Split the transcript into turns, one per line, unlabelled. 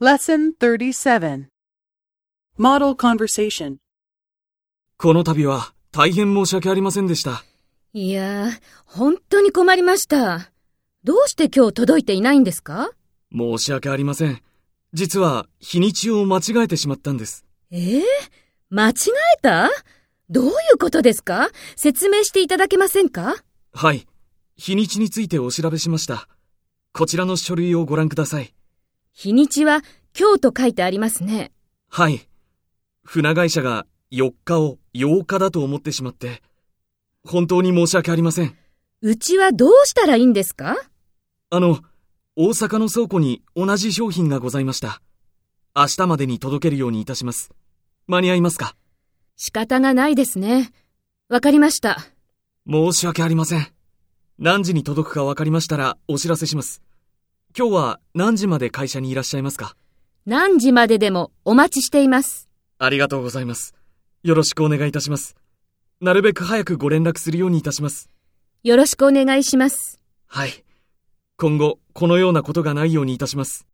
Lesson 37 Model Conversation
この度は大変申し訳ありませんでした。
いやー、本当に困りました。どうして今日届いていないんですか
申し訳ありません。実は日にちを間違えてしまったんです。
ええ間違えたどういうことですか説明していただけませんか
はい。日にちについてお調べしました。こちらの書類をご覧ください。
日にちは今日と書いてありますね。
はい。船会社が4日を8日だと思ってしまって、本当に申し訳ありません。
うちはどうしたらいいんですか
あの、大阪の倉庫に同じ商品がございました。明日までに届けるようにいたします。間に合いますか
仕方がないですね。わかりました。
申し訳ありません。何時に届くか分かりましたらお知らせします。今日は何時まで会社にいらっしゃいますか
何時まででもお待ちしています。
ありがとうございます。よろしくお願いいたします。なるべく早くご連絡するようにいたします。
よろしくお願いします。
はい。今後、このようなことがないようにいたします。